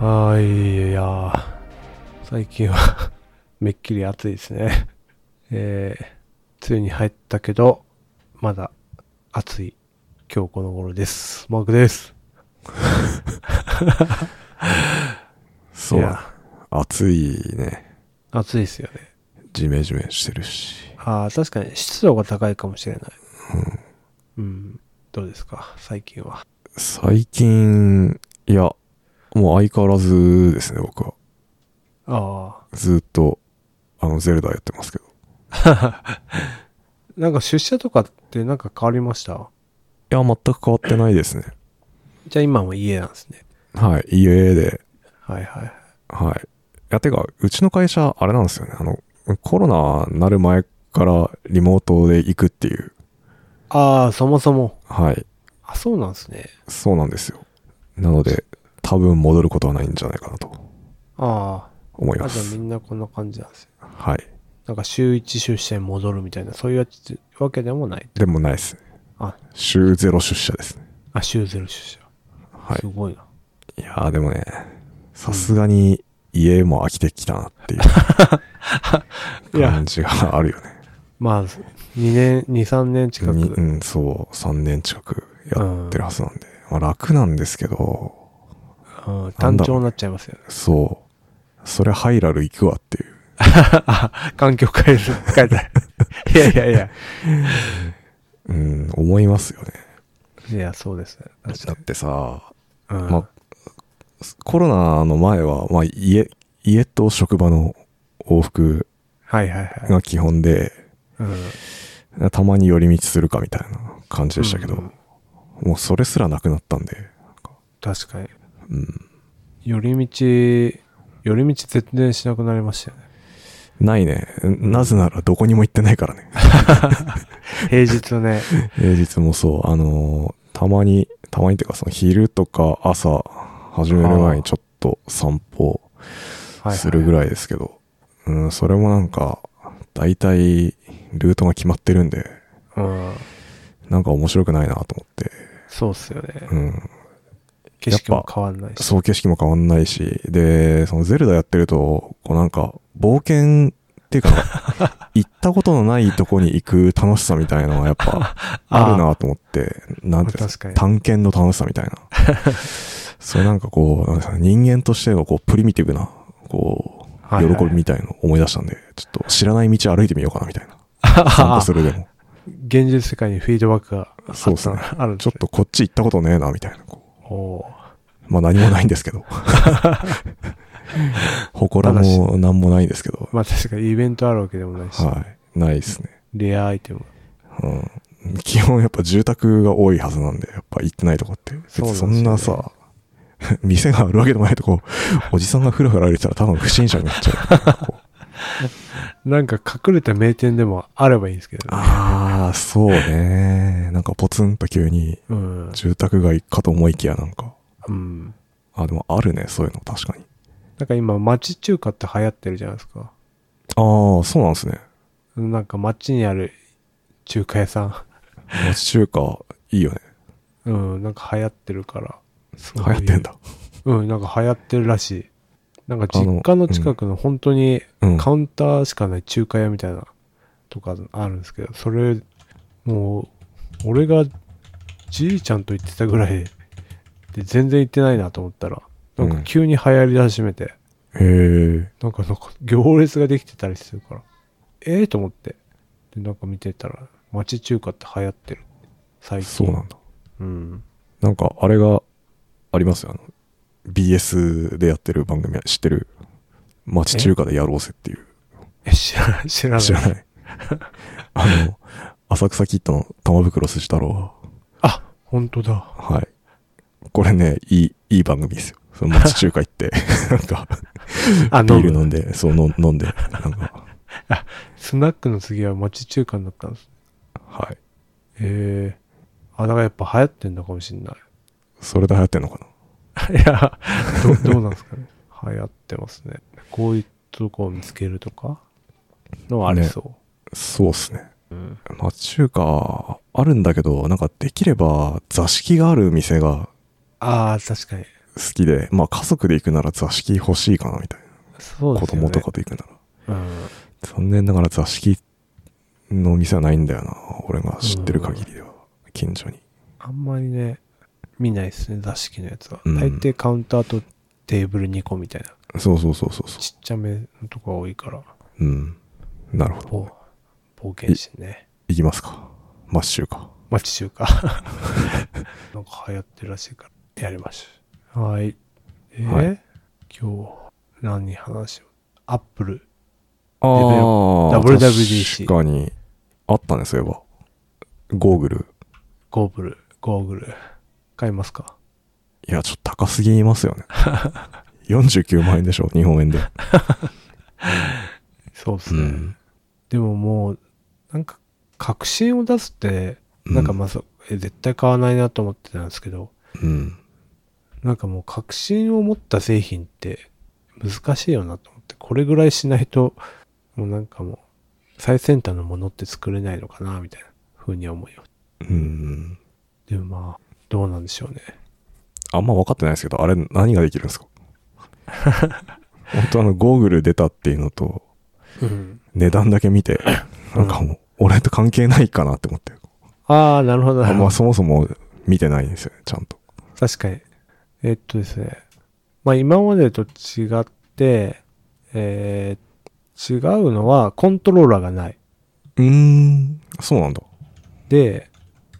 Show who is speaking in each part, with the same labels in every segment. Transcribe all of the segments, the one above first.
Speaker 1: あーいやー最近は めっきり暑いですねえー、梅雨に入ったけどまだ暑い今日この頃ですマークです
Speaker 2: そう
Speaker 1: い
Speaker 2: だ
Speaker 1: や
Speaker 2: 暑いね。
Speaker 1: 暑いですよね
Speaker 2: ジメジメしてるし。
Speaker 1: ああ確かに湿度が高いかもしれないうんどうですか最近は
Speaker 2: 最近、いや、もう相変わらずですね、僕は。
Speaker 1: あ
Speaker 2: ずっと、あの、ゼルダやってますけど。
Speaker 1: あなんか出社とかってなんか変わりました
Speaker 2: いや、全く変わってないですね。
Speaker 1: じゃあ今も家なんですね
Speaker 2: はい、家で、
Speaker 1: はいはいはい
Speaker 2: はい。いや、てか、うちの会社、あれなんですよね。あの、コロナになる前からリモートで行くっていう。
Speaker 1: ああそもそも
Speaker 2: はい。
Speaker 1: あそうなんですね
Speaker 2: そうなんですよ。なので、多分戻ることはないんじゃないかなと
Speaker 1: ああ
Speaker 2: 思い
Speaker 1: あ
Speaker 2: ま
Speaker 1: じゃあみ
Speaker 2: す。
Speaker 1: んなこんな感じなんですよ。
Speaker 2: はい。
Speaker 1: なんか週1出社に戻るみたいな、そういうやつわけでもない。
Speaker 2: でもないですね。
Speaker 1: あ、
Speaker 2: 週ゼロ出社ですね。
Speaker 1: あ週0出社。
Speaker 2: は
Speaker 1: すごいな。
Speaker 2: い。いやーでもね、さすがに家も飽きてきたなっていう
Speaker 1: いや
Speaker 2: 感じがあるよね。
Speaker 1: まあ、2年、2、3年近
Speaker 2: にう
Speaker 1: く。
Speaker 2: ん、そう、3年近くやってるはずなんで。まあ楽なんですけど、
Speaker 1: うん、単調になっちゃいますよね。
Speaker 2: そう。それハイラル行くわっていう。
Speaker 1: あ、環境変える、変えたい。 いやいやいや。
Speaker 2: うん、思いますよね。
Speaker 1: いや、そうですね。確
Speaker 2: だ
Speaker 1: か
Speaker 2: ってさ、
Speaker 1: に。うん。
Speaker 2: まコロナの前は、まあ、家、家と職場の往復
Speaker 1: はいはいはい。
Speaker 2: が基本で、
Speaker 1: うん。
Speaker 2: たまに寄り道するかみたいな感じでしたけど、
Speaker 1: うん
Speaker 2: もうそれすらなくなったんで、
Speaker 1: 確かに。
Speaker 2: うん。
Speaker 1: 寄り道、寄り道全然しなくなりましたよね。
Speaker 2: ないね。なぜならどこにも行ってないからね。
Speaker 1: 平日 ね。
Speaker 2: 平日もそう。あのーたまに、たまにっていうか、その昼とか朝始める前にちょっと散歩
Speaker 1: はい、
Speaker 2: するぐ
Speaker 1: い。
Speaker 2: らいですけど、うん、それもなんか、大体、ルートが決まってるんで、
Speaker 1: うん。
Speaker 2: なんか面白くないなと思って、
Speaker 1: そうっすよね。
Speaker 2: うん、
Speaker 1: 景色も変わんないし。
Speaker 2: そう景色も変わんないし、で、そのゼルダやってると、こうなんか、冒険っていうか、行ったことのないとこに行く楽しさみたいのはやっぱ、あるなと思って、なんていうんで
Speaker 1: 確
Speaker 2: す
Speaker 1: かに
Speaker 2: 探検の楽しさ みたいな。それなんかこう、なんですかね人間としてのこう、プリミティブな、こう、
Speaker 1: はいはい
Speaker 2: 喜びみたいのを思い出したんで、ちょっと知らない道歩いてみようかなみたいな。散歩するでも。
Speaker 1: 現実世界にフィードバックがあった
Speaker 2: そうですね
Speaker 1: あるんで
Speaker 2: ちょっとこっち行ったことねえな、みたいな。こう
Speaker 1: おー
Speaker 2: まあ何もないんです けど。祠も何もないんですけど。
Speaker 1: まあ確かにイベントあるわけでもないし、
Speaker 2: はい。ないですね。
Speaker 1: レアアイテム。
Speaker 2: うん。基本やっぱ住宅が多いはずなんで、やっぱ行ってないとこって。別に
Speaker 1: そ
Speaker 2: そう
Speaker 1: なん
Speaker 2: ん
Speaker 1: で
Speaker 2: な
Speaker 1: すよね
Speaker 2: さ、 店があるわけでもないとこ、おじさんがふらふら歩いてたら多分不審者になっちゃう。なん かこう
Speaker 1: なんか隠れた名店でもあればいいんですけどね。
Speaker 2: ああ、そうね。なんかポツンと急に
Speaker 1: うん。
Speaker 2: 住宅街かと思いきやなんか。
Speaker 1: うん。
Speaker 2: あ、でもあるね、そういうの確かに。
Speaker 1: なんか今町中華って流行ってるじゃないですか。
Speaker 2: ああ、そうなんですね。
Speaker 1: なんか町にある中華屋さ
Speaker 2: 町中華、いいよね。
Speaker 1: ん。 うん。なんか流行ってるから。す
Speaker 2: 流
Speaker 1: ごい
Speaker 2: 行ってんだ。
Speaker 1: うん。なんか流行ってるらしい。なんか実家の近くの本当に
Speaker 2: うん。
Speaker 1: カウンターしかない中華屋みたいなとかあるんですけど、それ、もう、俺がじいちゃんと行ってたぐらい で、全然行ってないなと思ったら、なんか急に流行り始めて、
Speaker 2: へえ。
Speaker 1: なんかなんか行列ができてたりするから、ええと思って、で、なんか見てたら、町中華って流行ってる。最近。
Speaker 2: そうなんだ。
Speaker 1: うん。
Speaker 2: なんか、あれがありますよ。あの、BS でやってる番組は知ってる。町中華でやろうぜっていう。
Speaker 1: え、知らない、知らない。
Speaker 2: 知 らない。あの、浅草キッドの玉袋筋太郎
Speaker 1: あ、本当だ。
Speaker 2: は、はい。これね、いい、いい番組ですよ。その町中華 行って、なんか、
Speaker 1: あ、
Speaker 2: ビール
Speaker 1: 飲む
Speaker 2: 飲んで、そう、の飲んで、なんか、
Speaker 1: スナックの次は町中華になったんです。
Speaker 2: はい。
Speaker 1: へえ。あ、だからやっぱ流行ってんのかもしん ない。
Speaker 2: それで流行ってんのかな。
Speaker 1: いや、どどうなんですかね。流行ってますね。こういうとこを見つけるとかのはありそ
Speaker 2: そうっすね。
Speaker 1: う。うん。
Speaker 2: 町中華、あるんだけど、なんかできれば座敷がある店が
Speaker 1: ああ、確かに。
Speaker 2: 好きで、まあ家族で行くなら座敷欲しいかなみたい
Speaker 1: そう
Speaker 2: な。
Speaker 1: で
Speaker 2: 子
Speaker 1: すよね。
Speaker 2: 供とかで行くなら。
Speaker 1: うん。
Speaker 2: 残念ながら座敷の店はないんだよな。俺が知ってる限りでは。近所に。
Speaker 1: あんまりね、見ないですね、座敷のやつは。
Speaker 2: うん
Speaker 1: 大抵カウンターとテーブル2個みたいな、
Speaker 2: そうそうそうそうそ
Speaker 1: ちっちゃめのとこが多いから、
Speaker 2: う。うん。なるほど。
Speaker 1: ぼ冒険してね。
Speaker 2: 行きますか。マッシューか。
Speaker 1: 町中華。 なんか流行ってるらしいから、やりました。はい。えー
Speaker 2: は
Speaker 1: 今日、何話をアップル。
Speaker 2: あ
Speaker 1: ー WWDC
Speaker 2: 確かに。あったね、そういえば。ゴーグル。
Speaker 1: ゴーグル、ゴーグル。買いますか
Speaker 2: いや、ちょっと高すぎますよ ね。49万円でしょ、日本円で。
Speaker 1: そうです
Speaker 2: う
Speaker 1: ね。
Speaker 2: ん。
Speaker 1: でももう、なんか、確信を出すって、なんかまず、え絶対買わないなと思ってたんですけど、
Speaker 2: うん。
Speaker 1: なんかもう確信を持った製品って難しいよなと思って、これぐらいしないと、もうなんかもう、最先端のものって作れないのかな、みたいな風に思うよ。
Speaker 2: うん。
Speaker 1: でもまあ、どうなんでしょうね。
Speaker 2: あんま分かってないですけど、あれ何ができるんですか本当あの、ゴーグル出たっていうのと、
Speaker 1: うん。
Speaker 2: 値段だけ見て、なんかもう、俺と関係ないかなって思って。
Speaker 1: ああ、なるほど、な
Speaker 2: あ
Speaker 1: る
Speaker 2: ん
Speaker 1: ほ
Speaker 2: ま
Speaker 1: ど。
Speaker 2: そもそも見てないんですよね、ちゃんと。
Speaker 1: 確かに。えっとですね。まあ今までと違って、えー違うのはコントローラーがない。
Speaker 2: うーん。そうなんだ。
Speaker 1: で、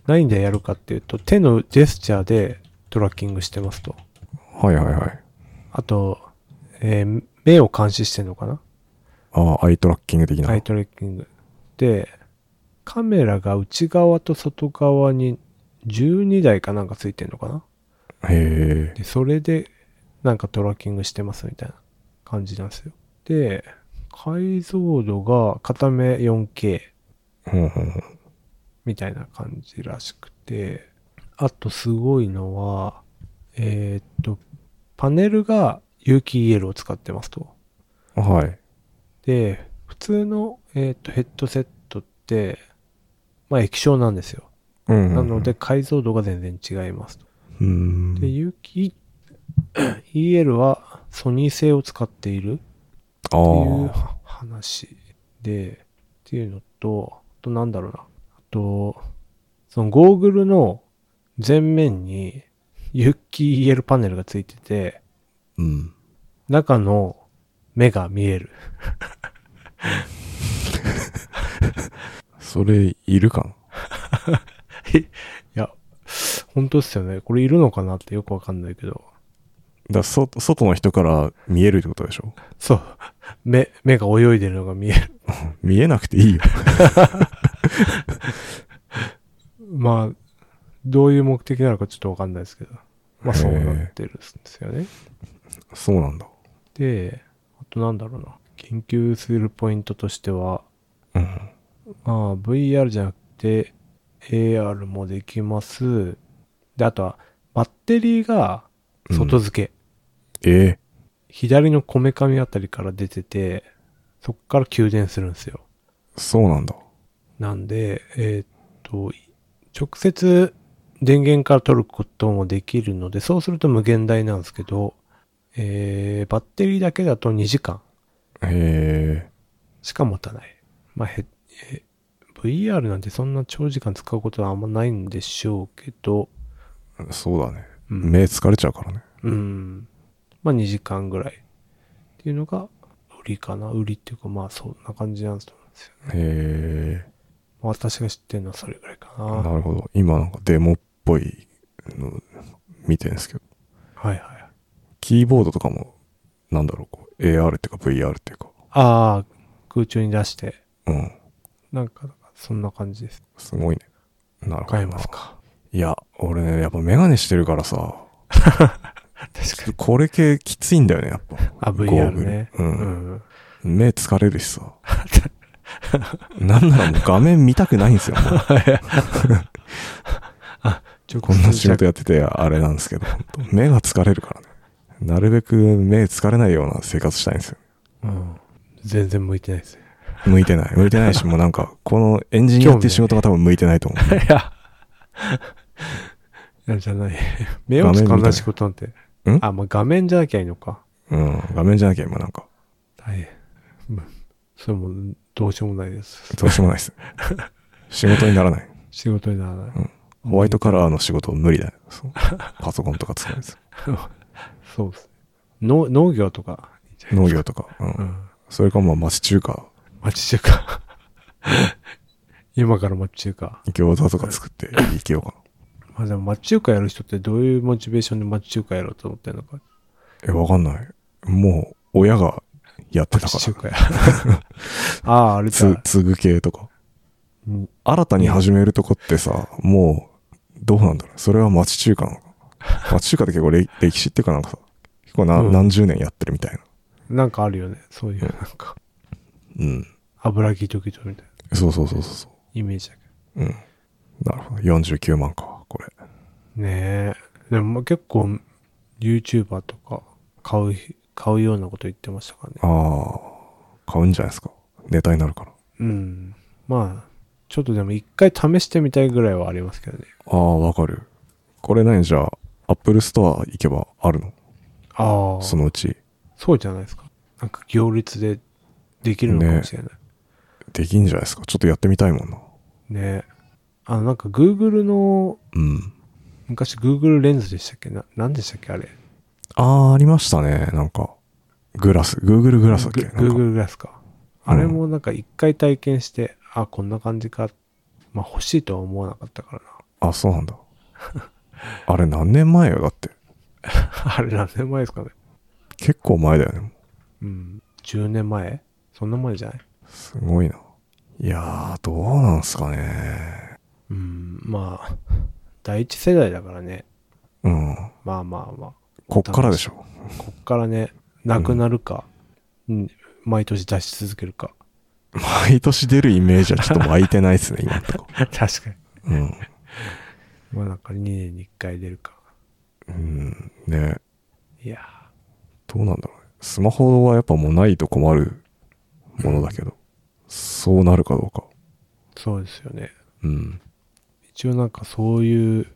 Speaker 1: 何でやるかっていうと、手のジェスチャーでトラッキングしてますと。
Speaker 2: はいはいはい。
Speaker 1: あと、えー目を監視してんのかな
Speaker 2: ああ、アイトラッキング的な。
Speaker 1: アイトレッキング。で、カメラが内側と外側に12台かなんかついてんのかな
Speaker 2: へえ。
Speaker 1: で、それでなんかトラッキングしてますみたいな感じなんですよ。で、解像度が片目 4K
Speaker 2: うんうんうん
Speaker 1: みたいな感じらしくて、あとすごいのは、えーっと、パネルが有機 EL を使ってますと。
Speaker 2: はい。
Speaker 1: で、普通の、えーっとヘッドセットって、まあ液晶なんですよ。
Speaker 2: うんうんうん
Speaker 1: なので、解像度が全然違いますと。
Speaker 2: うーん。
Speaker 1: で、有機 EL はソニー製を使っている
Speaker 2: あ
Speaker 1: っていう
Speaker 2: あ。
Speaker 1: は話で、っていうのと、あとなんだろうな。あと、そのゴーグルの前面に有機 EL パネルがついてて、
Speaker 2: うん。
Speaker 1: 中の目が見える。
Speaker 2: それ、いるか
Speaker 1: いや、本当ですよね。これいるのかなってよくわかんないけど。
Speaker 2: なだそ外の人から見えるってことでしょ
Speaker 1: そう。目、目が泳いでるのが見える。
Speaker 2: 見えなくて いいよ。
Speaker 1: まあ、どういう目的なのかちょっとわかんないですけど。まあそうなってるんですよね。
Speaker 2: そうなんだ。
Speaker 1: で、あとなんだろうな。研究するポイントとしては、
Speaker 2: うん。
Speaker 1: まあ、VR じゃなくて AR もできます。で、あとはバッテリーが外付け。
Speaker 2: ええ
Speaker 1: 左のこめかみあたりから出てて、そこから給電するんですよ。
Speaker 2: そうなんだ。
Speaker 1: なんで、えーっと、直接電源から取ることもできるので、そうすると無限大なんですけど、えー、バッテリーだけだと2時間
Speaker 2: へえ。
Speaker 1: しか持たない。まあ、へ、え、VR なんてそんな長時間使うことはあんまないんでしょうけど、
Speaker 2: そうだね。
Speaker 1: うん
Speaker 2: 目疲れちゃうからね。
Speaker 1: うん。まあ、2時間ぐらい。っていうのが、売りかな。売りっていうか、まあ、そんな感じなんですよね。
Speaker 2: へえ。
Speaker 1: まあ私が知ってるのはそれぐらいかな。
Speaker 2: なるほど。今なんかデモっぽいの見てるんですけど。
Speaker 1: はいはい。
Speaker 2: キーボードとかも、なんだろう、こう、AR っていうか VR っていうか。
Speaker 1: ああ、空中に出して、
Speaker 2: うん。
Speaker 1: なんか、そんな感じです。
Speaker 2: すごいね。なるほど。
Speaker 1: 買えますか。
Speaker 2: いや、俺ね、やっぱメガネしてるからさ、
Speaker 1: 確かに。
Speaker 2: これ系きついんだよね、やっぱ。
Speaker 1: あ、
Speaker 2: ゴー
Speaker 1: VR
Speaker 2: グル
Speaker 1: ね。
Speaker 2: う。
Speaker 1: うんん。
Speaker 2: 目疲れるしさ。なんならもう画面見たくないんですよ、もうこんな仕事やっててあれなんです けど、本当目が疲れるからね。なるべく目疲れないような生活したいんですよ。
Speaker 1: うん。全然向いてないですね。
Speaker 2: 向いてない。向いてないし、もうな んか、このエンジニアっていう仕事が多分向いてないと思
Speaker 1: いや、いやじゃない。目を使わない仕事なんて
Speaker 2: ん
Speaker 1: あ、まあ、画面じゃなきゃいいのか。
Speaker 2: うん。画面じゃなきゃ今なんか、
Speaker 1: 大変。うんそれも、どうしようもないです。
Speaker 2: どうしようもない です。仕事にならない。
Speaker 1: 仕事にならない。
Speaker 2: ホワイトカラーの仕事無理だよ。そうパソコンとか使うん です。
Speaker 1: そうですね。の農業とかいいんじゃない
Speaker 2: 農業とか。うん。
Speaker 1: うん。
Speaker 2: それかまあ町中華、
Speaker 1: 町中華。 今から町中華。
Speaker 2: 餃子とか作っていけようか
Speaker 1: まあでも町中華やる人ってどういうモチベーションで町中華やろうと思ってるのか。
Speaker 2: な。え、わかんない。もう、親がやってた
Speaker 1: 町中
Speaker 2: か
Speaker 1: 華や。あ あ、あれ
Speaker 2: ら。
Speaker 1: じゃ
Speaker 2: つ
Speaker 1: あ、
Speaker 2: 継ぐ系とか。
Speaker 1: うん
Speaker 2: 新たに始めるとこってさ、もう、どうなんだろう。それは町中華なのか。町中華って結 構れ歴史っていうかなんかさ、結構な、
Speaker 1: うん
Speaker 2: 何十年やってるみたいな。
Speaker 1: なんかあるよね。そういう、なんか、
Speaker 2: うん。
Speaker 1: 油木時々みたいな
Speaker 2: そうそうそうそうそ
Speaker 1: イメージだけ
Speaker 2: う。うん。なるほど。49万か、これ。
Speaker 1: ど。ねえ。でもまあ結構、YouTuber とか、買う、買うようなこと言ってましたからね。
Speaker 2: ああ、買うんじゃないですか。ネタになるから。
Speaker 1: うん。まあ、ちょっとでも一回試してみたいぐらいはありますけどね。
Speaker 2: ああ、わかる。これ何じゃあ、アップルストア行けばあるの
Speaker 1: ああ、
Speaker 2: そのうち。
Speaker 1: そうじゃないですか。なんか行列でできるのかもしれない。
Speaker 2: できんじゃないですか。ちょっとやってみたいもんな。
Speaker 1: ねあの、なんか Google の、
Speaker 2: うん。
Speaker 1: 昔 Google レンズでしたっけな、なんでしたっけあれ。
Speaker 2: ああ、ありましたね。なんか、グラス、Google グラスだっけ
Speaker 1: グ
Speaker 2: なんか
Speaker 1: Google グラスか。あれもなんか一回体験して、あ、こんな感じか。まあ欲しいとは思わなかったから
Speaker 2: あ、そうなんだ。 あれ何年前よ、だって。
Speaker 1: な。あ れ何年前ですかね。
Speaker 2: 結構前だよね。
Speaker 1: うん。10年前そんな前じゃない
Speaker 2: すごいな。いやー、どうなんすかね。
Speaker 1: うん。まあ、第一世代だからね。
Speaker 2: うん。
Speaker 1: まあまあまあ。
Speaker 2: こっからでしょ。
Speaker 1: こっからね、なくなるか、うん毎年出し続けるか。
Speaker 2: 毎年出るイメージはちょっと湧いてないですね、今んとこ。
Speaker 1: 確かに。
Speaker 2: うん。
Speaker 1: まあなんか2年に1回出るか。
Speaker 2: うん、ね
Speaker 1: いや
Speaker 2: どうなんだろうね。スマホはやっぱもうないと困るものだけど、そうなるかどうか。
Speaker 1: ー、そうですよね。
Speaker 2: うん。
Speaker 1: 一応なんかそういう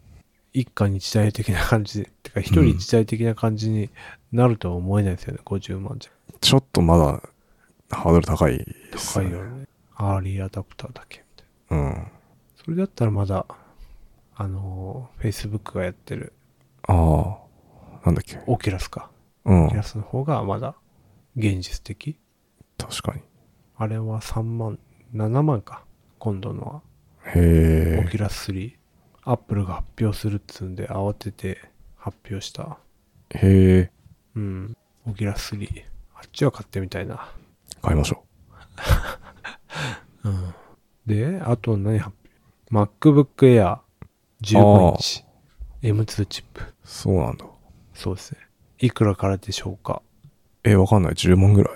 Speaker 1: 一家に一台的な感じで、てか一人一台的な感じになるとは思えないですよね、50万じゃ。
Speaker 2: ちょっとまだハードル高いです
Speaker 1: 高いよね。アーリーアダプターだけみたい
Speaker 2: うん。
Speaker 1: な。それだったらまだ、あのー、Facebook がやってる
Speaker 2: ああ、なんだっけ。
Speaker 1: オキュラスか。
Speaker 2: うん
Speaker 1: オキュ。ラスの方がまだ現実的。
Speaker 2: 確かに。
Speaker 1: あれは3万、7万か。今度のは。オ
Speaker 2: へえ
Speaker 1: キ。ュラス3。アップルが発表するっつうんで、慌てて発表した。
Speaker 2: へえ。
Speaker 1: うん。オキュラス3。あっちは買ってみたいな。
Speaker 2: 買いましょ
Speaker 1: うん。で、あと何発表 ?MacBook Air 15インチ。M2 チップ。
Speaker 2: う。そうなんだ。
Speaker 1: そうですね。いくらからでしょうか
Speaker 2: え、わかんない。10万ぐらい。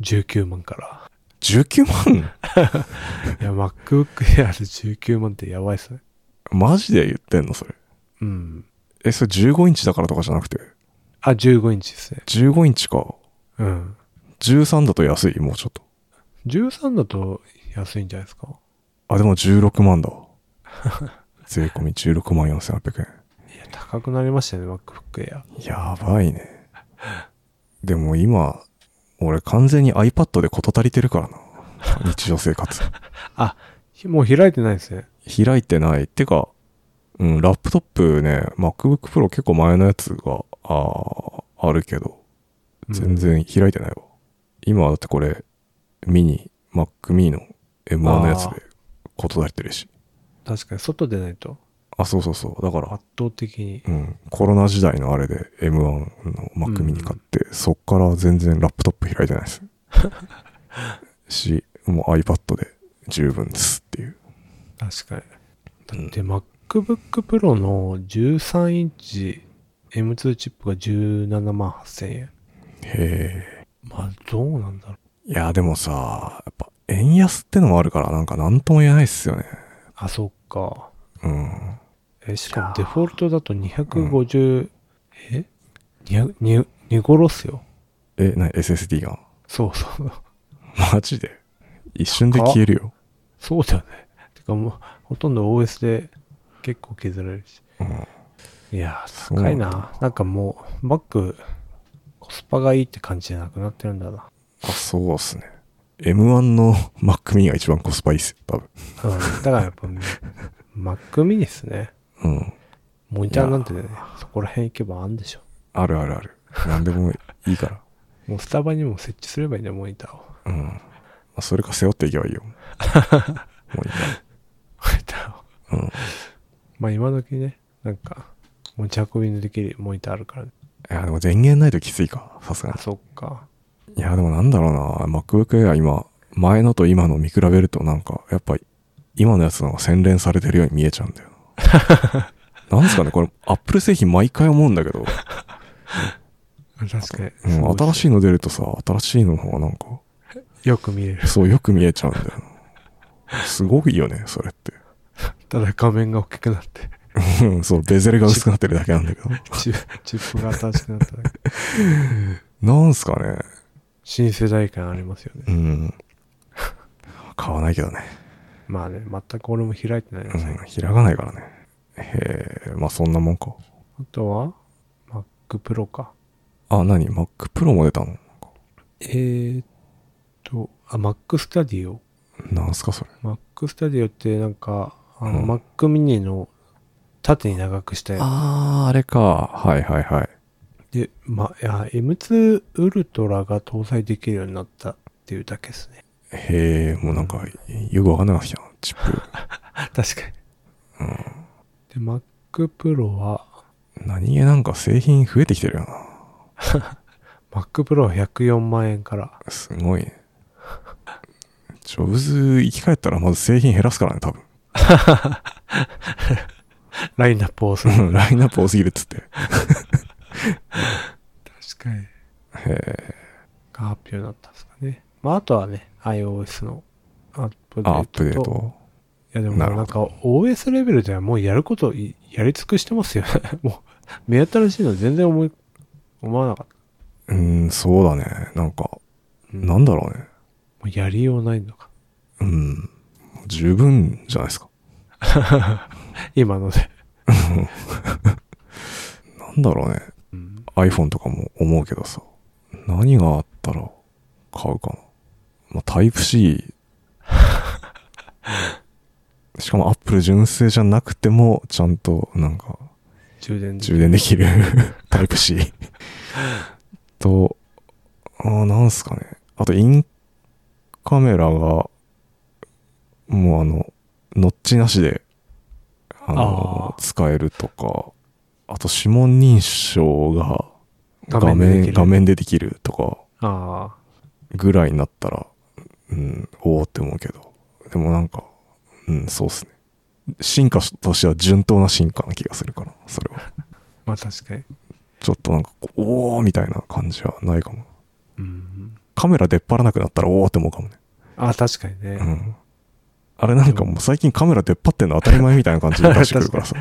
Speaker 1: ?19 万から。
Speaker 2: 19万
Speaker 1: いや、MacBook Air で19万ってやばいっすね。
Speaker 2: マジで言ってんのそれ。
Speaker 1: うん。
Speaker 2: え、それ15インチだからとかじゃなくて。
Speaker 1: あ、15インチですね。
Speaker 2: 15インチか。
Speaker 1: うん。
Speaker 2: 13だと安い、もうちょっと。
Speaker 1: 13だと安いんじゃないですか
Speaker 2: あ、でも16万 だ。税込み16万4800
Speaker 1: いや、高くなりましたよね、MacBook Air。
Speaker 2: 円。やばいね。でも今、俺完全に iPad で事足りてるからな。日常生活。
Speaker 1: ひもう開いてないですね。
Speaker 2: 開いてない。てか、うん、ラップトップね、MacBook Pro 結構前のやつが、あーあるけど、
Speaker 1: うん
Speaker 2: 全。然開いてないわ。今はだってこれ、ミニ、Mac mini の M1 のやつ
Speaker 1: あー
Speaker 2: で事足りてるし。
Speaker 1: 確かに、外出ないと
Speaker 2: あ、そうそうそう。だから、
Speaker 1: 圧倒的に。
Speaker 2: うん、コロナ時代のあれで M1 の Mac
Speaker 1: うん
Speaker 2: mini 買って、そっから全然ラップトップ開いてない です。し、もう iPad で十分ですっていう。
Speaker 1: 確か
Speaker 2: うん
Speaker 1: に。で、MacBook Pro の13インチ M2 チップが17万8000円。
Speaker 2: へえ。
Speaker 1: まあ、どうなんだろう。
Speaker 2: いや、でもさ、やっぱ円安ってのもあるから、なんかなんとも言えないっすよね。
Speaker 1: あ、そっか。
Speaker 2: うん。
Speaker 1: え、しかもデフォルトだと250、え200に2頃っすよ。
Speaker 2: え、な、SSD が。
Speaker 1: そうそう。
Speaker 2: マジで一瞬で消えるよ。
Speaker 1: そうだよね。てかもう、ほとんど OS で結構削られるし。
Speaker 2: うん。
Speaker 1: いやー、
Speaker 2: そう
Speaker 1: 高
Speaker 2: ないんだ
Speaker 1: な。なんかもう、バッグ、コスパがいいって感じじゃなくなってるんだな。
Speaker 2: あ、そうっすね。M1 の Mac mini が一番コスパいいっすよ、多分。
Speaker 1: うん。だからやっぱ、Mac mini ですね。
Speaker 2: うん。
Speaker 1: モニターなんてね、そこら辺行けばあんでしょ。
Speaker 2: あるあるある。なんでもいいから。
Speaker 1: もうスタバにも設置すればいいんだよ、モニターを。
Speaker 2: うん。まあ、それか背負っていけば いいよ。もういいな
Speaker 1: モニターを。
Speaker 2: うん。
Speaker 1: まあ今時ね、なんか、持ち運びのできるモニターあるからね。
Speaker 2: いや、でも電源ないときついか、さすが
Speaker 1: あ、そっか。
Speaker 2: に。いや、でもなんだろうな、MacBook Air 今、前のと今の見比べるとなんか、やっぱ、今のやつの方が洗練されてるように見えちゃうんだよな。なんすかね、これ、Apple 製品毎回思うんだけど、
Speaker 1: 確かに。
Speaker 2: うん、新しいの出るとさ、新しいのの方がなんか、
Speaker 1: い。よく見える。
Speaker 2: そう、よく見えちゃうんだよな。すごいよね、それって。
Speaker 1: ただ画面が大きくなって、
Speaker 2: うん、そう、ベゼルが薄くなってるだけなんだけど。
Speaker 1: チップチップが新しくなっただけ。
Speaker 2: なんすかね、
Speaker 1: 新世代感ありますよね。
Speaker 2: うん。買わないけどね。
Speaker 1: まあね、全く俺も開いてないよ、
Speaker 2: う
Speaker 1: 最近
Speaker 2: ん、開かないからね。へえ、まあそんなもんか。
Speaker 1: あとは ?Mac Pro か。
Speaker 2: あ、なに ?Mac Pro も出たの
Speaker 1: えー、っと、あ、Mac Studio。
Speaker 2: なんすかそれ。
Speaker 1: Mac Studio ってなんか、あの、
Speaker 2: うん
Speaker 1: Mac mini の縦に長くしたや
Speaker 2: あー、あれか。はいはいはい。
Speaker 1: つ。で、ま、いや、M2 Ultra が搭載できるようになったっていうだけですね。
Speaker 2: へえ、もうなんか、よくわかんなかったなチップ。
Speaker 1: 確かに。で、Mac Pro は、
Speaker 2: 何気なんか製品増えてきてるよな。
Speaker 1: Mac Pro は104万円から。
Speaker 2: すごいね。ジョブズ生き返ったらまず製品減らすからね、多分。
Speaker 1: ラインナップをする。
Speaker 2: うん ラインナップ多すぎるっつって。
Speaker 1: 確かに。
Speaker 2: へえ。
Speaker 1: が発表になったんですかね。まあ、あとはね、iOS のアップデートと。
Speaker 2: あ、アップデート。
Speaker 1: いやでも
Speaker 2: な
Speaker 1: な
Speaker 2: るほ
Speaker 1: んか OS レベルではもうやることいやり尽くしてますよね。 もう目新しいの全然思い、思わなかった。
Speaker 2: うん、そうだね。なんか、
Speaker 1: うん
Speaker 2: なんだろうね。
Speaker 1: もうやりようないのか。
Speaker 2: うん。十分じゃないですか。
Speaker 1: 今ので。
Speaker 2: なんだろうね。
Speaker 1: うん、
Speaker 2: iPhone とかも思うけどさ。何があったら買うかな。まあ、タイプ C。しかも Apple 純正じゃなくても、ちゃんとなんか
Speaker 1: 充電でき
Speaker 2: 充
Speaker 1: る
Speaker 2: 電できる タイプ C。と、あーなんすかね。あとインカメラが、もうあの、ノッチなしで、あの
Speaker 1: あ、ー
Speaker 2: 使えるとか、あと指紋認証が画
Speaker 1: 画面ででき
Speaker 2: 面、
Speaker 1: る
Speaker 2: 画面でできるとか
Speaker 1: あ
Speaker 2: ぐらいになったら、うん、おおって思うけど。でもなんか、うん、そうっすね。進化としては順当な進化な気がするから、それは。
Speaker 1: あ、まあ確かに。
Speaker 2: ちょっとなんかこう、おーみたいな感じはないかも。
Speaker 1: うん。
Speaker 2: カメラ出っ張らなくなったらおーって思うかもね。
Speaker 1: ああ、確かに
Speaker 2: う
Speaker 1: ね。
Speaker 2: ん。あれなんかもう最近カメラ出っ張ってんの当たり前みたいな感じで出してくるから さ。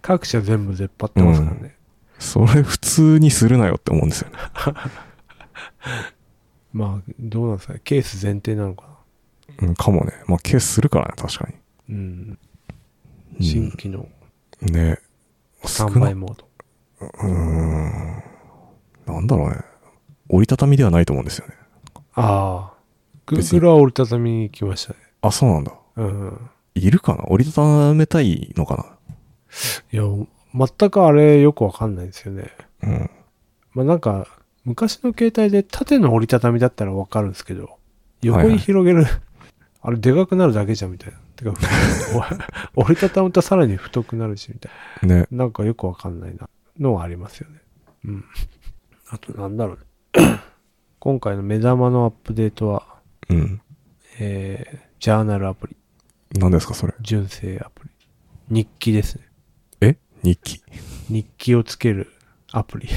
Speaker 1: 各社全部出っ張ってますからね。
Speaker 2: それ普通にするなよって思うんですよね。
Speaker 1: まあ、どうなんですかね。ケース前提なのか
Speaker 2: うん、かもね。まあケースするからね、確か
Speaker 1: な。うん。
Speaker 2: に。
Speaker 1: 新規の
Speaker 2: うん、ね少
Speaker 1: 3
Speaker 2: な
Speaker 1: 倍
Speaker 2: う
Speaker 1: モード。
Speaker 2: ーん。なんだろうね。折りたたみではないと思うんですよね。
Speaker 1: ああ。
Speaker 2: 別に
Speaker 1: Google は折りたたみに来ましたね。
Speaker 2: あ、そうなんだ。
Speaker 1: うん。
Speaker 2: いるかな折りたためたいのか
Speaker 1: いや、全くあれよくわかんないですよね。
Speaker 2: なうん。
Speaker 1: まあなんか、昔の携帯で縦の折りたたみだったらわかるんですけど、横に広げる、 あれでかくなるだけじゃんみたいな。てか、 お折りたたむとさらに太くなるしみたい
Speaker 2: ね。
Speaker 1: な。なんかよくわかんないな、のはありますよね。うん。あとなんだろうね。 今回の目玉のアップデートは、
Speaker 2: うん。
Speaker 1: えー、ジャーナルアプリ、
Speaker 2: 何ですか、それ。
Speaker 1: 純正アプリ、日記ですね。
Speaker 2: え日記。
Speaker 1: 日記をつけるアプリ っ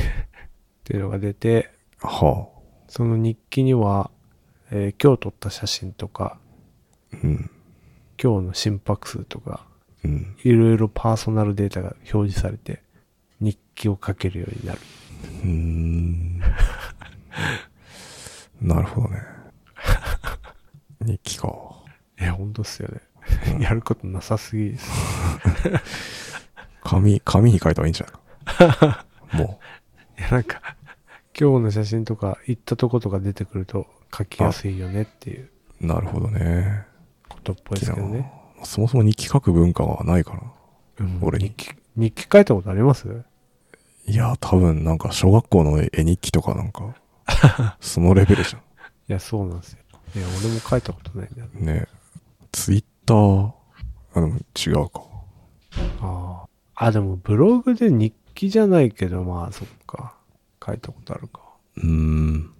Speaker 1: ていうのが出て、
Speaker 2: はあ。
Speaker 1: その日記には、えー今日撮った写真とか、
Speaker 2: うん。
Speaker 1: 今日の心拍数とか、
Speaker 2: うん。
Speaker 1: いろいろパーソナルデータが表示されて、日記を書けるようになる。
Speaker 2: うーんなるほどね。日記か。
Speaker 1: え、ほんとっすよね。やることなさすぎです。
Speaker 2: 書紙、紙に書いた方がいいんじゃないも
Speaker 1: いや、なんか、今日の写真とか、行ったとことか出てくると、書きやすいよねっていう
Speaker 2: う。なるほどね。
Speaker 1: ことっぽいですけどね。
Speaker 2: そもそも日記書く文化がないから。
Speaker 1: うん
Speaker 2: 俺に
Speaker 1: 日記、日記書いたことあります
Speaker 2: いや、多分なんか小学校の絵日記とかなんか、そのレベルじゃ
Speaker 1: いや、そうなんですよ。いや、俺も書いたことないんだよ。
Speaker 2: ん。ねツイッター、あ、でも違うか。
Speaker 1: ああ。あ、でもブログで日記じゃないけど、まあ、そっか。書いたことあるか。
Speaker 2: うーん。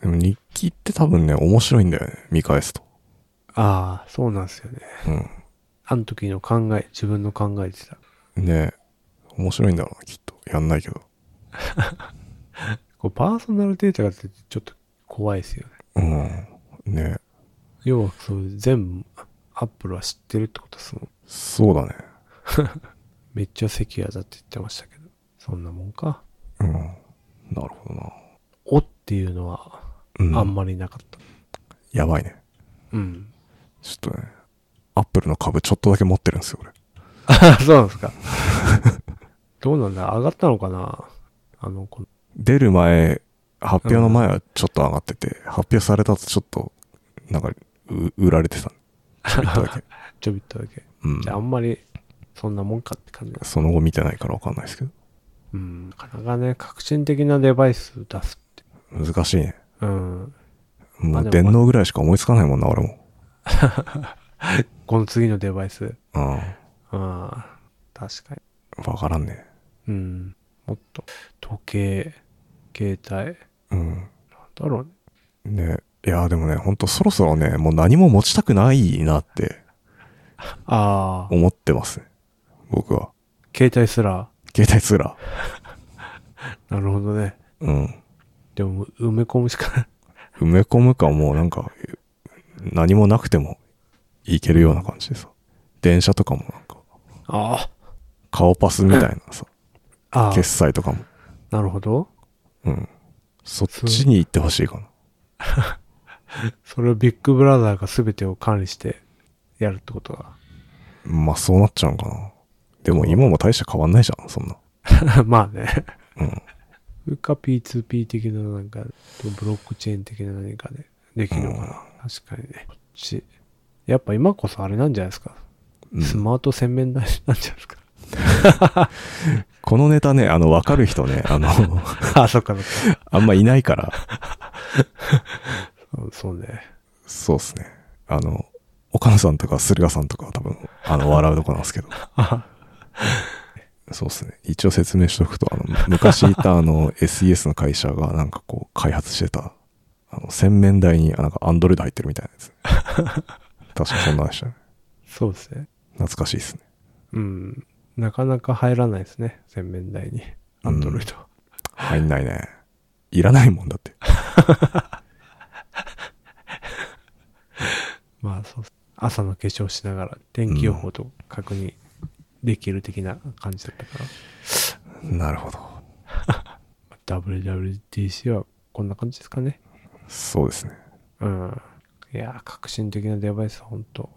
Speaker 2: でも日記って多分ね、面白いんだよね。見返すと。
Speaker 1: ああ、そうなんですよね。
Speaker 2: うん。
Speaker 1: あの時の考え、自分の考えてた。
Speaker 2: ね面白いんだろうな、きっと。やんないけど。
Speaker 1: こうパーソナルデータが出てちょっと怖いですよね。
Speaker 2: うん。ね
Speaker 1: 要は、そう、全部、アップルは知ってるってことですもん。
Speaker 2: そうだね。
Speaker 1: めっちゃ関谷だって言ってましたけど。そんなもんか。
Speaker 2: うん。なるほどな。
Speaker 1: おっていうのは、
Speaker 2: うん。
Speaker 1: あんまりなかった。
Speaker 2: やばいね。
Speaker 1: うん。
Speaker 2: ちょっとね、アップルの株ちょっとだけ持ってるんですよ、俺。
Speaker 1: あそうなんですか。 どうなんだ上がったのかなあの、この、
Speaker 2: 出る前、発表の前はちょっと上がってて、発表されたとちょっと、なんか、う売られてた。ちょびっとだ け。
Speaker 1: ちょびっとだけ。
Speaker 2: うん
Speaker 1: じゃあ、。あんまり、そんなもんかって感じです。
Speaker 2: その後見てないからわかんないですけど。
Speaker 1: うん。なかなかね、革新的なデバイス出すって。
Speaker 2: 難しいね。
Speaker 1: うん。
Speaker 2: も
Speaker 1: あ
Speaker 2: う
Speaker 1: でも
Speaker 2: 電脳ぐらいしか思いつかないもんな、俺も。
Speaker 1: この次のデバイス。
Speaker 2: うん。
Speaker 1: ああ、確かに。
Speaker 2: わからんね。
Speaker 1: うん。もっと、時計、携帯、
Speaker 2: うん。
Speaker 1: なんだろうね。
Speaker 2: ねいや、でもね、ほんとそろそろね、もう何も持ちたくないなって
Speaker 1: ああ、
Speaker 2: 思ってますね。僕は。
Speaker 1: 携帯すら。
Speaker 2: 携帯すら。
Speaker 1: なるほどね。
Speaker 2: うん。
Speaker 1: でも、埋め込むしかない。
Speaker 2: 埋め込むかもうなんか、何もなくてもいけるような感じでさ。電車とかもなんか、
Speaker 1: あ
Speaker 2: 顔パスみたいなさ、
Speaker 1: あ。ああ。
Speaker 2: 決済とかも。
Speaker 1: なるほど。
Speaker 2: うん。そっちに行ってほしいかな。
Speaker 1: それをビッグブラザーが全てを管理してやるってことだ。
Speaker 2: まあそうなっちゃうんかな。でも今も大して変わんないじゃん、そんな。
Speaker 1: まあね。
Speaker 2: うん。
Speaker 1: それか P2P 的ななんか、ブロックチェーン的な何かでできるのかな。確かにね。こっち。やっぱ今こそあれなんじゃないですか。
Speaker 2: うん
Speaker 1: スマート洗面台なんじゃないで すか。
Speaker 2: このネタね、あの、わかる人ね、あの、
Speaker 1: あ、そっかそっか
Speaker 2: あんまいないから、
Speaker 1: そう。そうね。
Speaker 2: そうですね。あの、岡野さんとか駿河さんとかは多分、あの、笑うとこなんですけど。そうですね。一応説明しとくと、あの、昔いたあの、SES の会社がなんかこう、開発してた、あの、洗面台に、あなんかアンドロイド入ってるみたいなやつ。確かそんな話したね。
Speaker 1: そうですね。
Speaker 2: 懐かしいですね。
Speaker 1: うん。なかなか入らないですね。洗面台に。アンドロイド。
Speaker 2: 入んないね。いらないもんだって。
Speaker 1: まあそうっす朝の化粧しながら天気予報と確認できる的な感じだったから、
Speaker 2: なるほど。
Speaker 1: WWDC はこんな感じですかね
Speaker 2: そうですね。
Speaker 1: うんいやー革新的なデバイス本当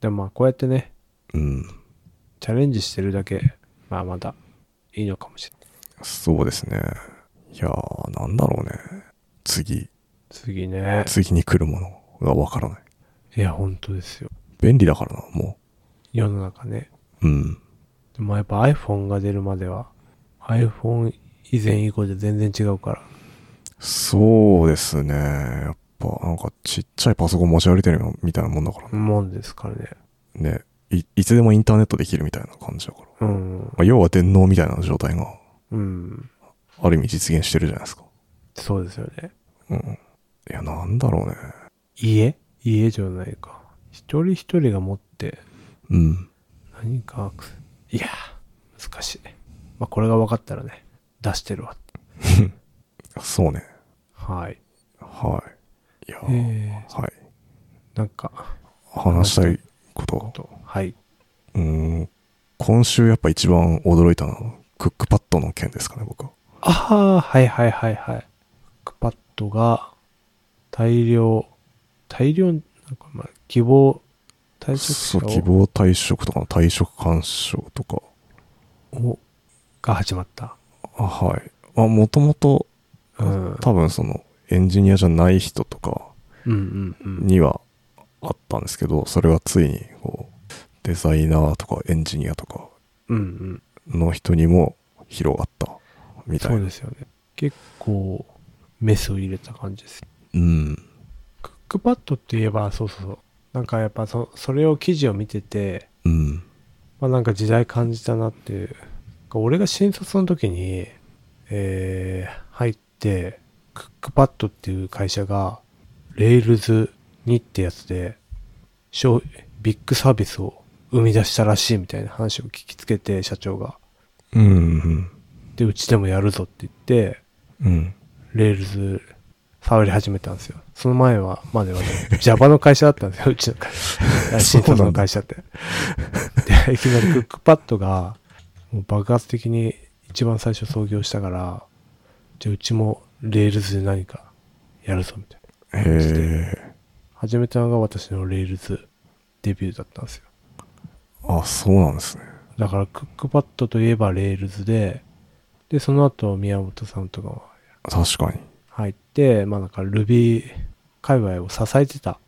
Speaker 1: でもまあこうやってね
Speaker 2: うん。
Speaker 1: チャレンジしてるだけまあまだいいのかもしれない
Speaker 2: そうですね。いやー、なんだろうね。次、
Speaker 1: 次ね
Speaker 2: 次に来るものがわからない。
Speaker 1: いや本当ですよ
Speaker 2: 便利だからな、も
Speaker 1: 世の中ね
Speaker 2: う。うん。
Speaker 1: でもやっぱ iPhone が出るまでは iPhone 以前以後で全然違うから
Speaker 2: そうですね。やっぱ、なんかちっちゃいパソコン持ち歩いてるよみたいなもんだから
Speaker 1: もんですからね
Speaker 2: ね。ねい、いつでもインターネットできるみたいな感じだから。
Speaker 1: うん
Speaker 2: まあ、要は電脳みたいな状態が、
Speaker 1: うん
Speaker 2: ある意味実現してるじゃないですか。
Speaker 1: そうですよね
Speaker 2: うん。いや、なんだろうね。
Speaker 1: 家家じゃないか。一人一人が持って
Speaker 2: うん。
Speaker 1: 何かアクセいやー、難しい。まあ、これが分かったらね、出してるわって。
Speaker 2: そうね。
Speaker 1: はい。
Speaker 2: はい。いや、
Speaker 1: え
Speaker 2: はい。
Speaker 1: ー、なんか、
Speaker 2: 話したいこと。
Speaker 1: とはい。
Speaker 2: うーん。今週やっぱ一番驚いたのは、クックパッドの件ですかね、僕は。
Speaker 1: ああ、はいはいはいはい。クックパッドが、大量、大量、なんかまあ、希望、退職
Speaker 2: そ
Speaker 1: 者
Speaker 2: う、希
Speaker 1: を
Speaker 2: 望退職とかの退職勧奨とか
Speaker 1: をが始まった。
Speaker 2: あはい。まあ、もともと、
Speaker 1: うん。うん
Speaker 2: 多分その、エンジニアじゃない人とか
Speaker 1: うんうん。
Speaker 2: にはあったんですけど、それがついに、こう、デザイナーとかエンジニアとか
Speaker 1: うんうん。
Speaker 2: の人にも広がった、みた
Speaker 1: そ
Speaker 2: いうな。
Speaker 1: ですよね。結構、メスを入れた感じです。
Speaker 2: うん。
Speaker 1: クックパッドって言えば、そうそうそう。なんかやっぱそ、それを記事を見てて、
Speaker 2: うん。
Speaker 1: まあなんか時代感じたなっていう。俺が新卒の時に、えー、入って、クックパッドっていう会社が、レールズにってやつで、商ビッグサービスを生み出したらしいみたいな話を聞きつけて、社長が。
Speaker 2: うん。
Speaker 1: で、うちでもやるぞって言って、
Speaker 2: うん。
Speaker 1: レールズ触り始めたんですよ。その前は、まではね、Java の会社だったんですよ、うちの会社。
Speaker 2: そ
Speaker 1: 新
Speaker 2: うなんだ
Speaker 1: 卒の会社って。で、いきなりクックパッドが、もう爆発的に一番最初創業したから、じゃあうちもレールズで何かやるぞ、みたいな。
Speaker 2: へえ。
Speaker 1: 始めたのが私のレールズデビューだったんですよ。
Speaker 2: あ、そうなんですね。
Speaker 1: だからクックパッドといえばレールズで、で、その後宮本さんとかも
Speaker 2: 確かに。
Speaker 1: 入って、まあなんか Ruby 界隈を支えてた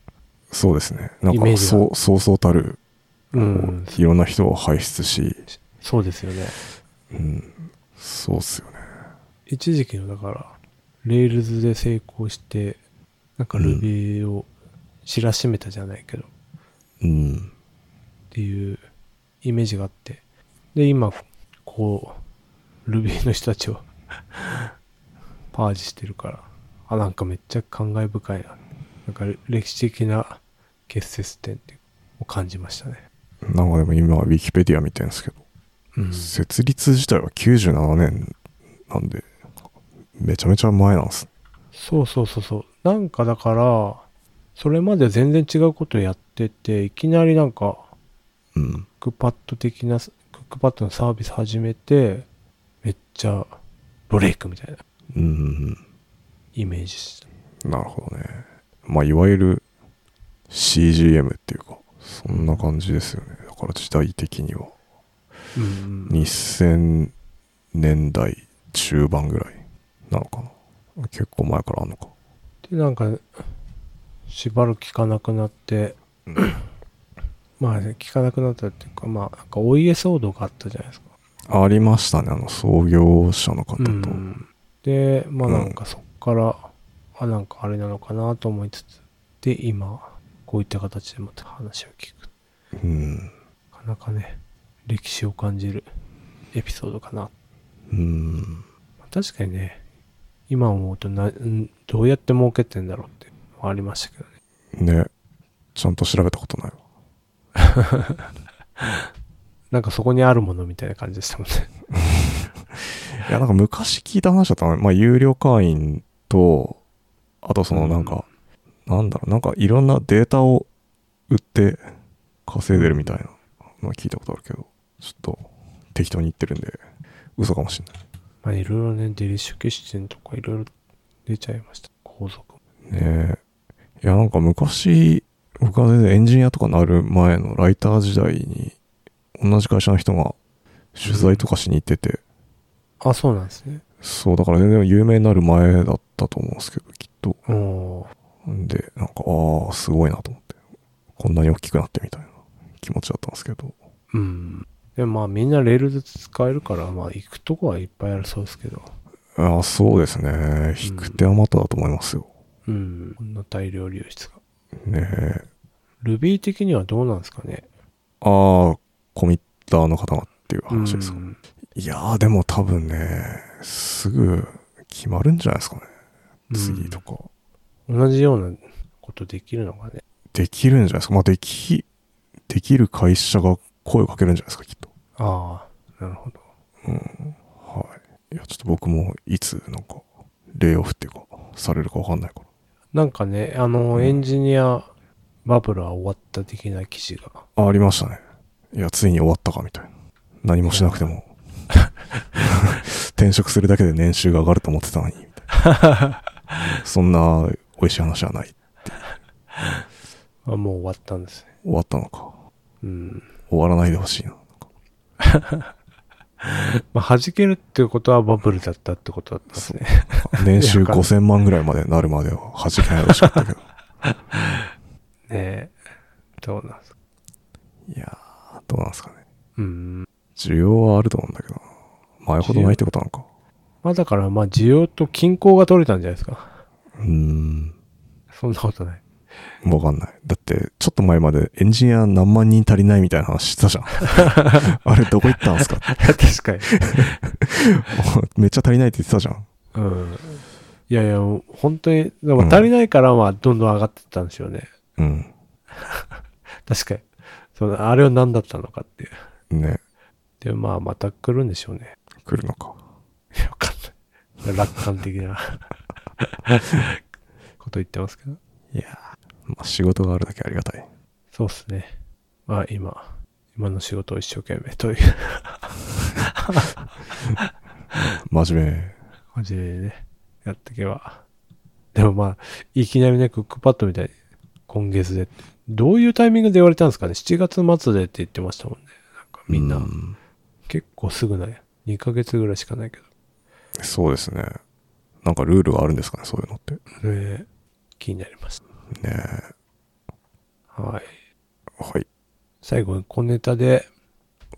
Speaker 2: そうですね。なん
Speaker 1: イメー
Speaker 2: か、
Speaker 1: ジが
Speaker 2: そう、そうそうたる、
Speaker 1: う
Speaker 2: こ
Speaker 1: ん
Speaker 2: う、いろんな人を輩出し、
Speaker 1: そうですよね。
Speaker 2: うん。そうっすよね。
Speaker 1: 一時期の、だから、レールズで成功して、なんか
Speaker 2: うん
Speaker 1: Ruby を知らしめたじゃないけど、っ
Speaker 2: うん。
Speaker 1: ていうイメージがあって。で、今、こう、Ruby の人たちを パージしてるから、あ、なんかめっちゃ感慨深いな。なんか歴史的な結節点っていうを感じましたね。
Speaker 2: なんかでも今、ウィキペディア見てるんですけど、
Speaker 1: うん。
Speaker 2: 設立自体は97年なんで、めちゃめちゃ前なんです。
Speaker 1: そうそうそうそう。なんかだから、それまでは全然違うことやってて、いきなりなんか、
Speaker 2: うん。
Speaker 1: クックパッド的な、クックパッドのサービス始めて、めっちゃブレイクみたいな
Speaker 2: うん。
Speaker 1: イメージした。
Speaker 2: なるほどね。まあ、いわゆる CGM っていうか、そんな感じですよね。だから時代的には。
Speaker 1: うんうん。
Speaker 2: 2000年代中盤ぐらいなのかな。結構前からあんのか。
Speaker 1: で、なんか、しばらく聞かなくなって、まあ、ね、聞かなくなったっていうか、まあ、なんかお家騒動があったじゃないですか。
Speaker 2: ありましたね、あの創業者の方と。
Speaker 1: うんで、まあ
Speaker 2: うん
Speaker 1: なんかそっから、あ、なんかあれなのかなと思いつつ、で、今、こういった形でまた話を聞く。
Speaker 2: うん。
Speaker 1: なかなかね、歴史を感じるエピソードかな。
Speaker 2: うん。
Speaker 1: まあ確かにね、今思うとな、んどうやって儲けてんだろうって、ありましたけどね。
Speaker 2: ね。ちゃんと調べたことないわ。
Speaker 1: なんかそこにあるものみたいな感じでしたもんね。
Speaker 2: いや、なんか昔聞いた話だったな。まあ、有料会員と、あとそのなんか、なんだろう、なんかいろんなデータを売って稼いでるみたいなのは聞いたことあるけど、ちょっと適当に言ってるんで、嘘かもしんない。
Speaker 1: まあいろいろね、デリシュキシテンとかいろいろ出ちゃいました。皇族も。
Speaker 2: ねえ。いや、なんか昔、僕が全然エンジニアとかなる前のライター時代に、同じ会社の人が取材とかしに行ってて、
Speaker 1: あ、そうなんですね。
Speaker 2: そう、だから全然有名になる前だったと思うんですけど、きっと。
Speaker 1: おー
Speaker 2: で、なんか、ああ、すごいなと思って。こんなに大きくなってみたいな気持ちだったんですけど。
Speaker 1: うん。でまあみんなレールで使えるから、まあ行くとこはいっぱいあるそうですけど。
Speaker 2: ああ、そうですね。引く手あまただと思いますよ。
Speaker 1: うん。こんな大量流出が。
Speaker 2: ねえ。
Speaker 1: Ruby 的にはどうなんですかね
Speaker 2: ああ、コミッターの方がっていう話ですか。
Speaker 1: うん
Speaker 2: いやー、でも多分ね、すぐ決まるんじゃないですかね。次とか。
Speaker 1: 同じようなことできるのかね。
Speaker 2: できるんじゃないですか。まあ、でき、できる会社が声をかけるんじゃないですか、きっと。
Speaker 1: ああ、なるほど。
Speaker 2: はい。いや、ちょっと僕もいつ、なんか、レイオフっていうか、されるかわかんないから。
Speaker 1: なんかね、あの、
Speaker 2: うん
Speaker 1: エンジニアバブルは終わった的な記事が。
Speaker 2: あありましたね。いや、ついに終わったか、みたいな。何もしなくて も。転職するだけで年収が上がると思ってたのに、みたいな。そんな、美味しい話はない。
Speaker 1: あもう終わったんですね。
Speaker 2: 終わったのか。
Speaker 1: うん。
Speaker 2: 終わらないでほしいな。
Speaker 1: まあ、弾けるってことはバブルだったってことだったんですね。
Speaker 2: 年収5000万ぐらいまでなるまでは弾 けないらしかったけど。
Speaker 1: ねえ。どうなんですか。
Speaker 2: いやー、どうなんですかね。
Speaker 1: うん。
Speaker 2: 需要はあると思うんだけどな。前ほどないってことなのか。
Speaker 1: まあだから、まあ需要と均衡が取れたんじゃないですか。
Speaker 2: うーん。
Speaker 1: そんなことない。
Speaker 2: わかんない。だって、ちょっと前までエンジニア何万人足りないみたいな話してた じゃん。あれどこ行ったんすか
Speaker 1: 確かに。
Speaker 2: めっちゃ足りないって言ってたじゃん。
Speaker 1: うん。いやいや、本当に、でも足りないから、まあどんどん上がってったんでしょうね。
Speaker 2: うん。
Speaker 1: 確かに。その、あれは何だったのかっていう。
Speaker 2: ね。
Speaker 1: で、まあまた来るんでしょうね。
Speaker 2: 来るのか。
Speaker 1: いやわかんない。楽観的なこと言ってますけど。
Speaker 2: いやーまあ仕事があるだけありがたい。
Speaker 1: そうっすね。まあ今、今の仕事を一生懸命という
Speaker 2: 真面目。
Speaker 1: 感じでね、やっていけば。でもまあ、いきなりね、クックパッドみたいに、今月で。どういうタイミングで言われたんですかね ?7 月末でって言ってましたもんね。なんかみんな、
Speaker 2: うん
Speaker 1: 結構すぐない。2ヶ月ぐらいしかないけど。
Speaker 2: そうですね。なんかルールがあるんですかね、そういうのって。ね
Speaker 1: ねえ気になります。
Speaker 2: え。
Speaker 1: はい。
Speaker 2: はい。
Speaker 1: 最後に小ネタで、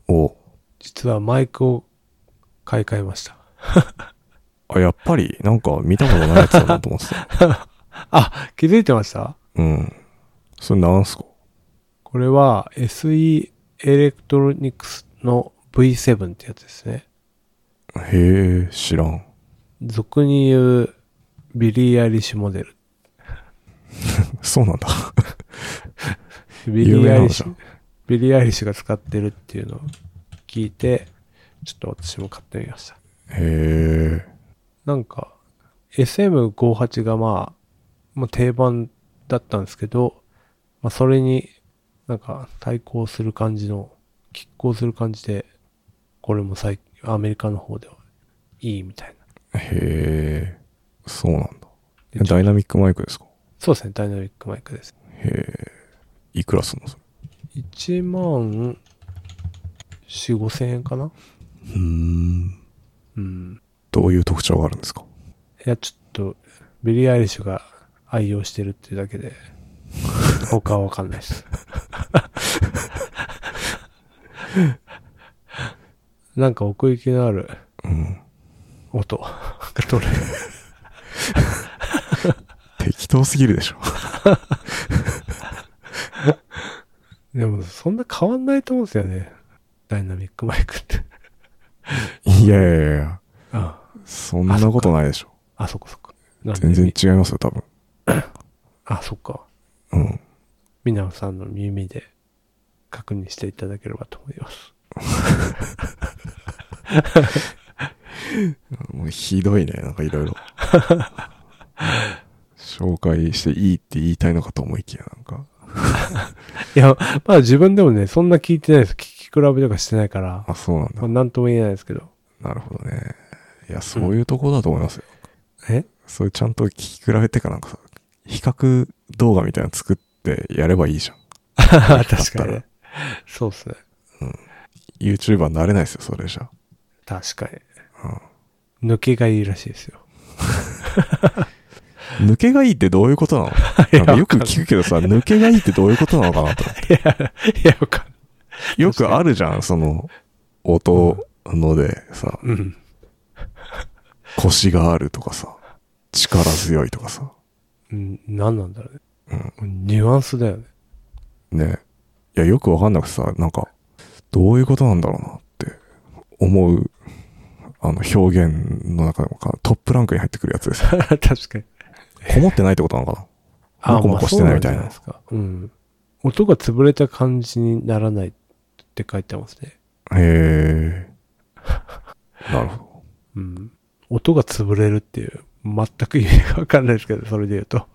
Speaker 2: お
Speaker 1: 実はマイクを買い替えました。
Speaker 2: あ、やっぱり、なんか見たことないやつだなと思ってた。
Speaker 1: あ、気づいてました
Speaker 2: うん。それなんすか
Speaker 1: これは SE エレクトロニクスの V7 ってやつですね。
Speaker 2: へえ、知らん。
Speaker 1: 俗に言うビリー・アイリッシュモデル。
Speaker 2: そうなんだ。
Speaker 1: ビリー・アイリッシ
Speaker 2: 有名
Speaker 1: ュ。ビリー・アイリッシュが使ってるっていうのを聞いて、ちょっと私も買ってみました。
Speaker 2: へえ。
Speaker 1: なんか SM58 がまあ、まあ定番だったんですけど、まあそれになんか対抗する感じの、拮抗する感じで、これも最近、アメリカの方ではいいみたいな。
Speaker 2: へえ、そうなんだ。
Speaker 1: で
Speaker 2: ダイナミックマイクですか
Speaker 1: そうですね、ダイナミックマイクです。
Speaker 2: へえ、いくらすんのそれ。
Speaker 1: 1万4、5千円かな
Speaker 2: うん。
Speaker 1: うん。
Speaker 2: どういう特徴があるんですか
Speaker 1: いや、ちょっと、ビリー・アイリッシュが愛用してるっていうだけで、他はわかんないです。なんか奥行きのある
Speaker 2: うん。
Speaker 1: 音が取れる。
Speaker 2: 適当すぎるでしょ。
Speaker 1: でも、そんな変わんないと思うんですよね。ダイナミックマイクって。
Speaker 2: いやいやいや
Speaker 1: あ
Speaker 2: そんなことないでしょ。
Speaker 1: あ、そっかそっか。なんで
Speaker 2: 全然違いますよ、多分。
Speaker 1: あ、そっか。
Speaker 2: うん。
Speaker 1: 皆さんの耳で確認していただければと思います。
Speaker 2: もうひどいね、なんかいろい ろ。紹介していいって言いたいのかと思いきや、なんか。
Speaker 1: いや、まあ自分でもね、そんな聞いてないです。聞き比べとかしてないから、
Speaker 2: あ、そうなん
Speaker 1: まあ
Speaker 2: だ。
Speaker 1: なんとも言えないですけど。
Speaker 2: なるほどね。いや、そういうとこだと思いますよ。
Speaker 1: え
Speaker 2: それちゃんと聞き比べてかなんかさ、比較動画みたいなの作ってやればいいじゃん。
Speaker 1: 確かにね。そうっすね。
Speaker 2: YouTuber になれないですよ、それじゃ。
Speaker 1: 確かに。抜けがいいらしいですよ。
Speaker 2: 抜けがいいってどういうことなのなんかよく聞くけどさ、抜けがいいってどういうことなのかなと。
Speaker 1: いや、わかん
Speaker 2: よくあるじゃん、その、音のでさ、
Speaker 1: うん。
Speaker 2: 腰があるとかさ、力強いとかさ。
Speaker 1: うん、何なんだろうね。ニュアンスだよね。
Speaker 2: ね。いや、よくわかんなくてさ、なんか、どういうことなんだろうなって思う、あの、表現の中でもかトップランクに入ってくるやつです。
Speaker 1: 確かに。
Speaker 2: こもってないってことなのかモコモコしてないみたいな
Speaker 1: まあそうじゃですか。うん。音が潰れた感じにならないって書いてますね。
Speaker 2: なへえ。なるほど。
Speaker 1: うん。音が潰れるっていう、全く意味がわかんないですけど、それで言うと。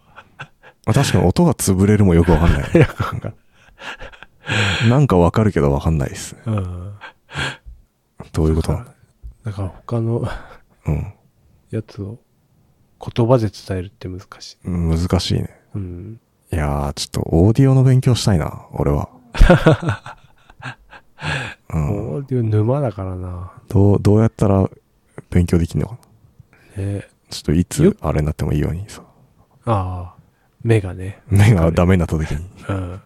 Speaker 2: あ確かに音が潰れるもよくわかんない
Speaker 1: い。や、わかんない。
Speaker 2: なんかわかるけどわかんないですね。
Speaker 1: うん。
Speaker 2: どういうことなの
Speaker 1: だから他の
Speaker 2: うん
Speaker 1: やつを言葉で伝えるって難しい。
Speaker 2: うん。難しいね。
Speaker 1: うん。
Speaker 2: い やー、ちょっとオーディオの勉強したいな、俺は。うん。
Speaker 1: オーディオ沼だからな。
Speaker 2: どう、どうやったら勉強できるのかな。
Speaker 1: ね、
Speaker 2: ちょっとい
Speaker 1: よ
Speaker 2: つあれになってもいいようにさ。
Speaker 1: ああ、目がね。
Speaker 2: 目がダメになった時に。
Speaker 1: うん。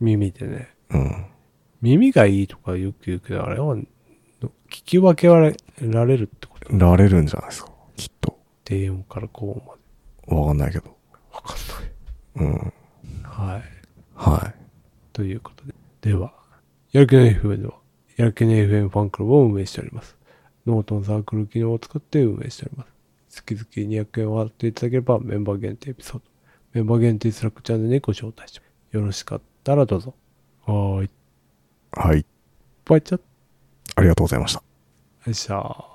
Speaker 1: 耳でね。
Speaker 2: うん。
Speaker 1: 耳がいいとかよく言うけど、あれは、聞き分けられるってこと
Speaker 2: られるんじゃないですか。きっと。
Speaker 1: 低音から高音まで。
Speaker 2: わかんないけど。
Speaker 1: わかん
Speaker 2: うん。
Speaker 1: ない。はい。
Speaker 2: はい。
Speaker 1: ということで。では、やる気ない FM では、やる気ない FM ファンクラブを運営しております。ノートのサークル機能を使って運営しております。月々200円を払っていただければメンバー限定エピソード、メンバー限定スラックチャンネルにご招待してますよろしかったらどうぞ。はーい。
Speaker 2: はい。
Speaker 1: バイチャッ
Speaker 2: ありがとうございました。
Speaker 1: よっしゃー。